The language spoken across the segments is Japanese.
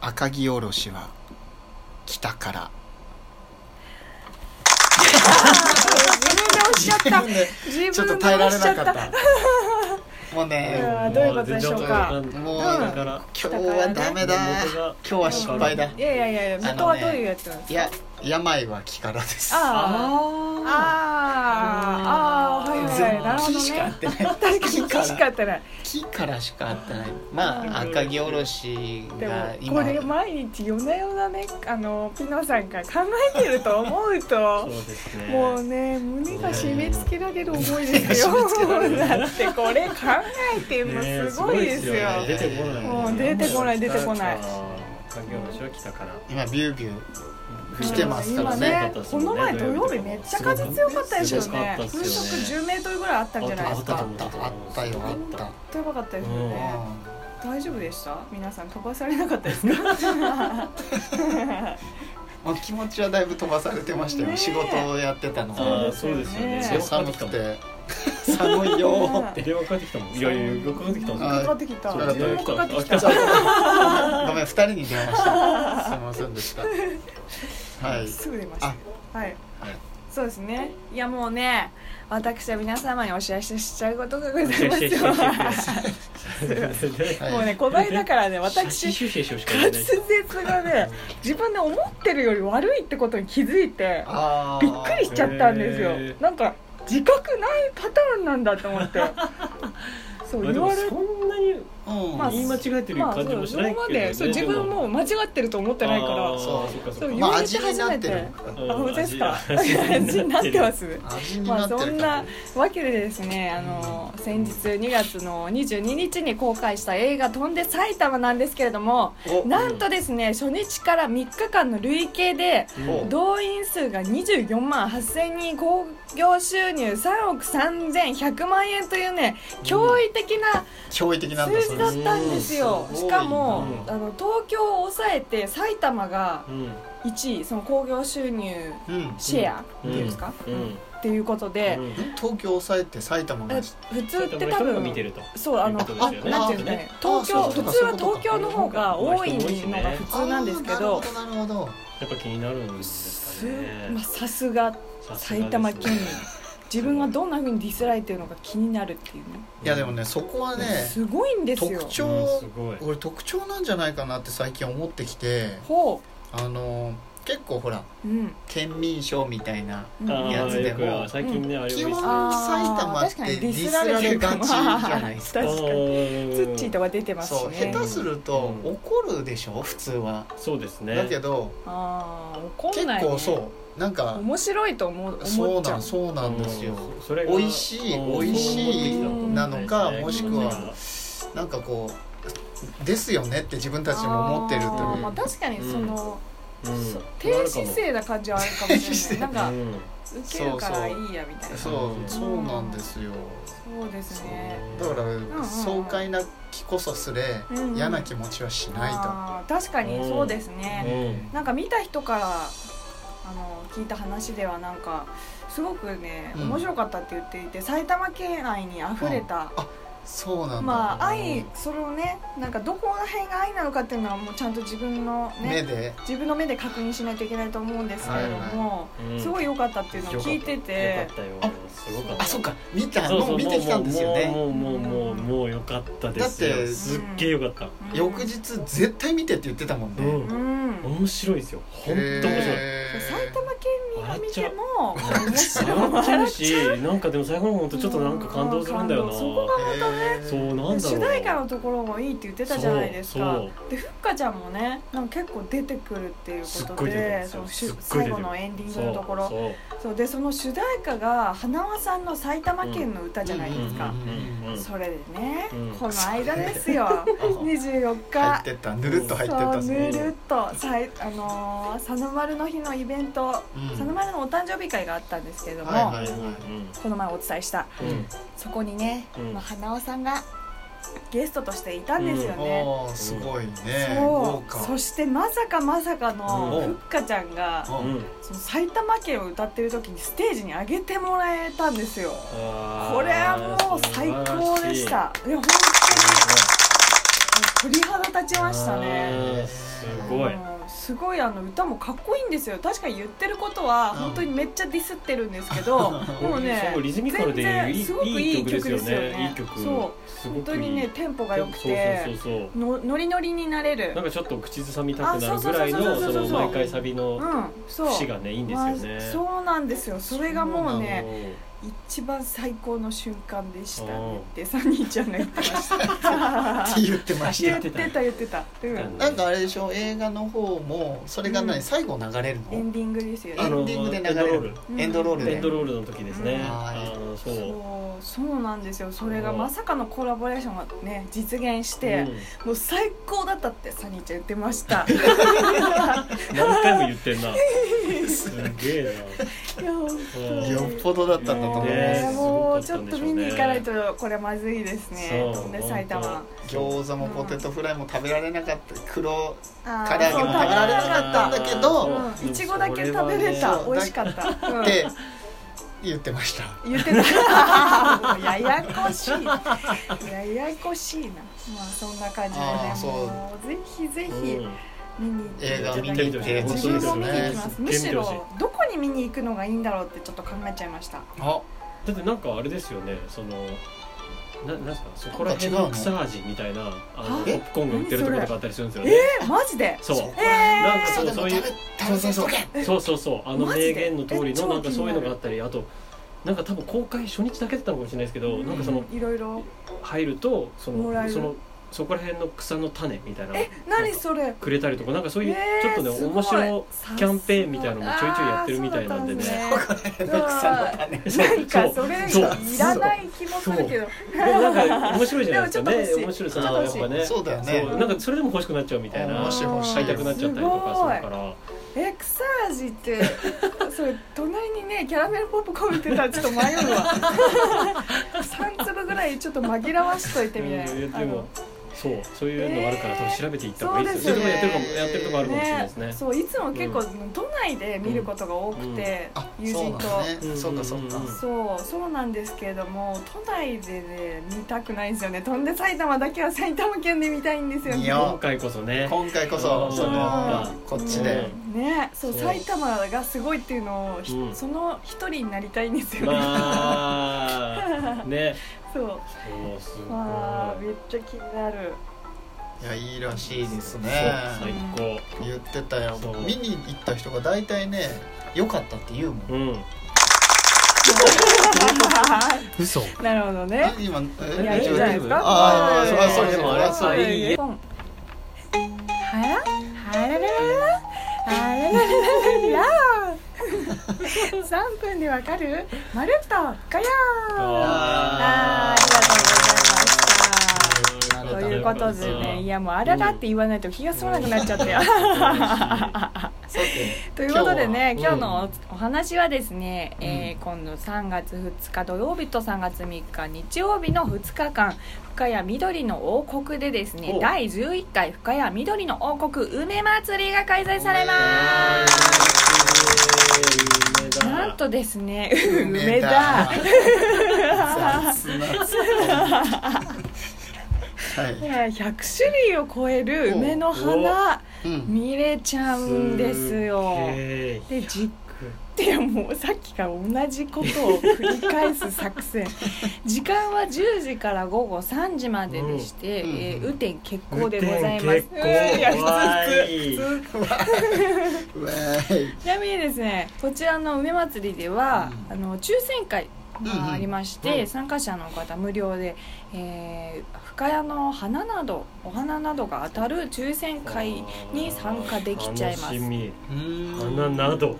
赤城おろしは北から自分で押しちゃった自分で自分でちょっと耐えられ押しちゃなっかったたもういねやーどういうことでしょうかもううんだから今日はダメだ今日は失敗だいやいやいやいや元はどういうやつなんですいかや病は気からですあーああーあーはいはいなるほ木どしかやっねてない確かに厳しかったね木からしか合ってないまあ赤城おろしでもが今これ毎日夜な夜なねあのピノさんが考えてると思うそうとですねもうね胸が締め付けられる思いですようん締め付けられるだってこれ考えてもねすごいですよすごいですよね出てこないもう出てこない出てこない環境の人は来たから今ビュービュー来てますからね今ねこの前土曜日めっちゃ風強かったですよねすごかったですよ風速ね10メートルぐらいあったんじゃないあでっすたかあったあったよあったやばかったですよね、う大丈夫でした皆さん飛ばされなかったですかんまあ気持ちはだいぶ飛ばされてましたよ、ねえ仕事をやってたのあでーそうですよねそうです寒くて寒いようんえ電話かかってきたもんいやいやよくかかってきたもんあかかってきたそう電話かかってきたあ来たごめん二人に電話したすみませんでしたはいすぐ出ましたはいそうですねいやもうね私は皆様にお知らせしちゃうことがございますよシェシェシェシェはいもうねこの間からね私シュシュシュしか言え滑ない舌がね自分で思ってるより悪いってことに気づいてあびっくりしちゃったんですよへーなんか自覚ないパターンなんだと思って そうまあで言わもれそんなにうん、まあ言い間違えてるまあ感じもしそうない今まけどねでそう自分も間違ってると思ってないからあーそうそうかそそうう言かまあわれて初め味になってて、ある本当ですか味が味になって ます味に まなあってるそからんなわけでですねあの先日2月の22日に公開した映画「飛んで埼玉」なんですけれどもおなんとですね初日から3日間の累計でうん動員数が24万8000人興行収入3億3100万円というね驚異的な驚異的なんだ数字だったんですようんすごいしかもうんあの東京を抑えて埼玉がうん1位その興行収入うんシェアっていうんですか、うんうんっていうことで、うん東京を抑えて埼玉えが普通っちょってと多人が分見てるとそうあの、というこあとですよねなんていうんですかねあ東あ京そう普か通そはうか東京の方が多いのが普通なんですけどあーなるほどなるほどやっぱ気になるんですすかねまあさすがさすがですね埼玉県民自分がどんな風にディスられてるのか気になるっていうねいやでもねそこはねすごいんですよ特う徴んすごい俺特徴なんじゃないかなって最近思ってきてほあの結構ほらううん、県民賞みたいなうん、あやつーでよもくは最近ねあれ基本埼あ玉ーっ確かにてディスられがちじゃないですか確かにツッチーとかか出てますしそうね下手するとうん怒るでしょ普通はそうですねだけどああ怒結んない、ね、構そうなんか面白いと思うそ思うっちゃなうんそうなんですようんそれが美味しいうん美味しいなのかうんもしくはなんかこうですよねって自分たちも思ってるとあーいまあ、確かにその、うんそう低姿勢な感じはあるかもしれないなんかうん受けるからいいやみたいなうそうそうそうなんですよですねだかうんら爽快な気こそすれうんうん嫌な気持ちはしないとあー確かにそうですね、うんなんか見た人からあの聞いた話ではなんかすごくねうん面白かったって言っていて、埼玉県愛にあふれた、そうなんだまあ愛それをねなんかどこら辺が愛なのかっていうのはもうちゃんと自分の目ねで自分の目で確認しないといけないと思うんですけれども、うんすごい良かったっていうのを聞いててよかったよあすごかったあそうか見たそうのそをう見てきたんですよねもうもうもうもうもうよかったですよだってすっげえよかったうん翌日絶対見てって言ってたもんねうんうん面白いですよ本当面白いへー埼玉県民が見ても面白い笑っちゃうしなんかでも最後の本当ちょっとなんか感動するんだよなうんそこがまたねへーそうなんだろう主題歌のところもいいって言ってたじゃないですかそうでふっかちゃんもねなんか結構出てくるっていうすっことごい出てるでんですそよのすっごい出てる最後のエンディングのところそうそうでその主題歌が花輪さんの埼玉県の歌じゃないですか、うんうんうんそれでね、うんこの間ですよ 24入っ日てったぬるっと入ってっそたうぞぬるっとさい、あのー、佐野丸の日のイベント、うん佐野丸のお誕生日会があったんですけれども、はいはいこの前お伝えしたうんうんそこにね、うんまあ、花尾さんがゲストとしていたんですよね、おーすごいねそ豪う華そしてまさかまさかのうんふっかちゃんがうんうんその埼玉県を歌ってる時にステージに上げてもらえたんですよあーこれはもう最高でしたいや本当に鳥肌立立ちましたねあーすごいあ。のすごいあの歌もかっこいいんですよ確かに言ってることはうん本当にめっちゃディスってるんですけ ど、もうねすごいリズミカルで全い然いすごくいいいい曲曲でですすよよねね。いいそ曲。すうご本当くいいにねテンポが良くそうてそうそうそう。のノリノリになれるなんかちょっと口ずさみたくなるぐらいあのそうそうそうそうそそうの毎回サビうのんそう節がねいいんですよね。まあそうなんですよそれがもうねね。一番最高の瞬間でしたねおってサニーちゃんが言ってましたっ て言ってまし言たってた言ってた、うん、うんなんかあれでしょ映画の方もそれが何、うん最後流れるエンのディングですよエあねのンディングで流れるエエンンドドロロールールで、エンドロールの時ですねう。んあのそう。そうそうなんですよそれがまさかのコラボレーションがね実現して、うんもう最高だったってサニーちゃん言ってました 何回も言ってんな。すげえいや本当によっぽどだったんだと思いまねすねもうちょっと見に行かないとこれまずいですねそうで埼玉本餃子もポテトフライも食べられなかった黒あ唐揚げも食べられなかったんだけどあーうんいちごだけ食べれそたう美味しかった、うんって言ってました言 ってたもうややこしいややこしいなまあそんな感じであねーそうもうぜひぜな。ひうん見に行って映画を見に行っいてやほ自しい分ですも見に行ねきます本当むですしよねろどこに見に行くのがいいんだろうってちょっと考えちゃいましたあだってなんかあれですよねそのななんですかそこら辺の草味みたいなあのあポップコーンが売ってるところとかあったりするんですよねえマジでそうそうなんかそそううでそもう食いうべ食べさせとけそうそうそうあのマジで名言の通りえ超気になるのなんかそういうのがあったりあとなんか多分公開初日だけだったのかもしれないですけど、うんなんかそのいろいろ入るとそもらえのるそのそこら辺の草の種みたいなえ何それくれたりとかなんかそういうえーちょっとね、すごい面白キャンペーンみたいなのもちょいちょいやってるみたいなんでね変な草の種そうなんそかうそれそういらない気もするけどでもなんか面白いじゃないででもちすかょっと欲ねしい面白いそちょっとのや欲っしいぱねそうだよねそうなんかそれでも欲しくなっちゃうみたいうんな面白い買いたくなっちゃったりとかするから。え草味ってそれ隣にねキャラメルポップコーン売ってたらちょっと迷うわ3粒ぐらいちょっと紛らわしといてみたうんいなやでもそうそういうのがあるから、えー多分調べていった方がいいですよそうそですれよやねってるかもやってるとこあるかもしれないですねそういつも結構、う都内で見ることが多くて、あ友そうなん人とだねうんそうかそうかうんそうそうなんですけれども都内でね見たくないんですよね飛んで埼玉だけは埼玉県で見たいんですよいねや今回こそね今回こそうんそのうんこっちでねそうそう埼玉がすごいっていうのを、ひうんその一人になりたいんですよね、まあねそうそうすごい、まあめっちゃ気になる いやいいらしいですねそう最言ってたよそう見に行った人が大体ね良かったって言うもん高うん嘘なるほどね今いやえいいんじゃないですかあーここあーそりゃそうでもあれはそういいポンはらはららららはらららららら三分でわかるまるっとかよーあーありがとうございましたあーということでねいやもうあららって言わないと気が済まなくなっちゃったよさてということでね今日今日はのおお話はですね、うんえー今度3月2日土曜日と3月3日日曜日の2日間深谷緑の王国でですねお第11回深谷緑の王国梅祭りが開催されまえーす梅だなんとですね梅梅だだ雑なはい、 100種類を超える梅の花うん、見れちゃうんですよげでじっいやもうさっきから同じことを繰り返す作 戦時間は10時から午後3時まででして、うんえーうん雨天決え行でございます結構うんいや普怖通普い通普通うわーい ちなみにですねこちらの梅祭りでは、うんあの抽選会がありまして、うんうん参加者の方無料で、えー深谷の花などお花などが当たる抽選会に参加できちゃいま楽しすみうーん花などそう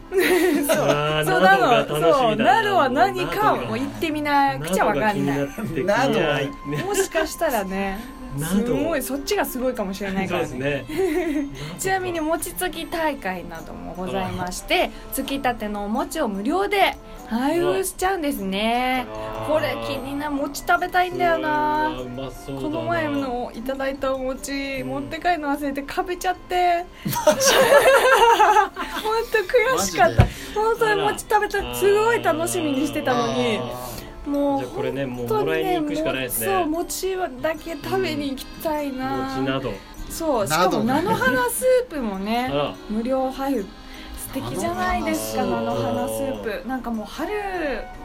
あーそうななどが楽のしみそうだなるは何かをなどが言ってみなくちゃわかんないなどながどが気気になってきもしかしたらねなすどごいそっちがすごいかもしれないね。かそうらですねね。ちなみにも餅つき大会などもございましてつきたてのお餅を無料で配布しちゃうんですねこれ気になる餅食べたいんだよなうまそうだな。この前のいただいたお餅持って帰るの忘れて食べちゃって 本当悔しかっマたジ本当に餅食べたすごい楽しみにしてたのにあもうじゃあこれねもう本当もらいにに行くしかないねですねそう餅だけ食べに行きたいな餅など。そうしなかどもね菜の花スープもね あら無料配布素敵じゃないですか菜菜のの花花ススーーププなんかもう春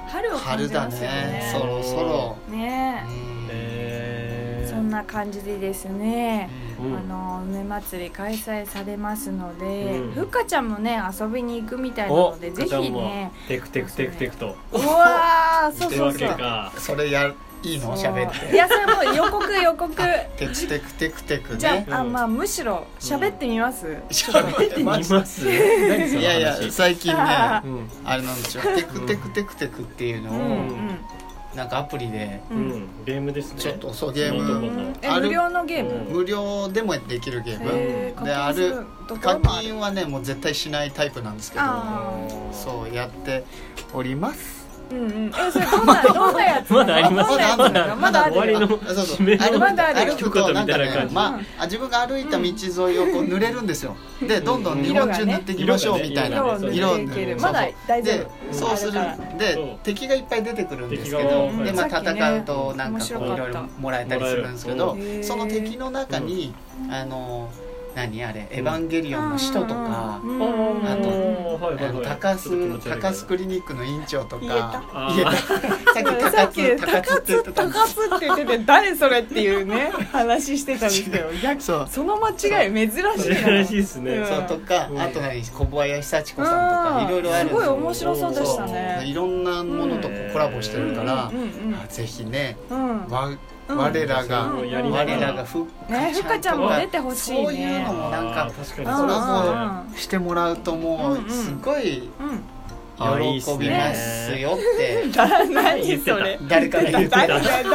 春を感春じだますよねねそろそろ、ねうんええーそんな感じでですねううんんあの梅祭り開催されますので、うんふっかちゃんもね遊びに行くみたいなのでぜガチャひンもねテクテクテクテクとうわーっそうてそうわそけうかそれやいいのそう喋っていやそれもう予告予告テクテクテクテクじゃねあ,、あうんまあむしろ喋ってみます、喋って見まますす何その話いやいや最近ねああうんれなんですよテクテクテクテクっていううんのをうんなんかアプリでううんんゲームですねちょっとそうゲーうムうんあえる無料のゲーム無料でもできるゲームへーで課金するところ課もある金はねもう絶対しないタイプなんですけどあそうやっておりますうんうんえそれどんなどんなやつなのまだありますどんなやつなのまだまだある終わりのあそうそう締めの歩まだある歩くとなんか一言みたいな感ねじまああ自分が歩いた道沿いをこう濡れるんですよでどんどん日本中塗っていきましょうみたいな色を塗っていける色を塗るまだ大丈で夫そうするあかそうで敵がいっぱい出てくるんですけ敵がど多いでまあさっきね戦うとなんかこう面白いかったろいろもらえたりするんですけどもらえるその敵の中にあの何あれ「エヴァンゲリオン」の使徒とか。うんうんあとはいはいあのはい高須ちょっと気持ち悪いけど高須クリニックの院長と言えたかあー言えた ささっっきき「高津高津高津って言ってた高んで津」って言ってて誰それっていうね話してたんですけ ど逆そうその間違い珍しいな珍しいですねそうとかうんあと何小林幸子さんとうかいろいろあんるんですごいす面白そうでしたそういねろんなものとこうコラボしてるから、うんうんあぜひね、うんうんわ我らが、うんやりなが我らがふっねふっかちゃんも出てほしいねそういうのもなんあかー確コかラボしてもらうともうんうんうすごいうん喜びますよって だ何言ってそたれ誰かが言って誰たが誰が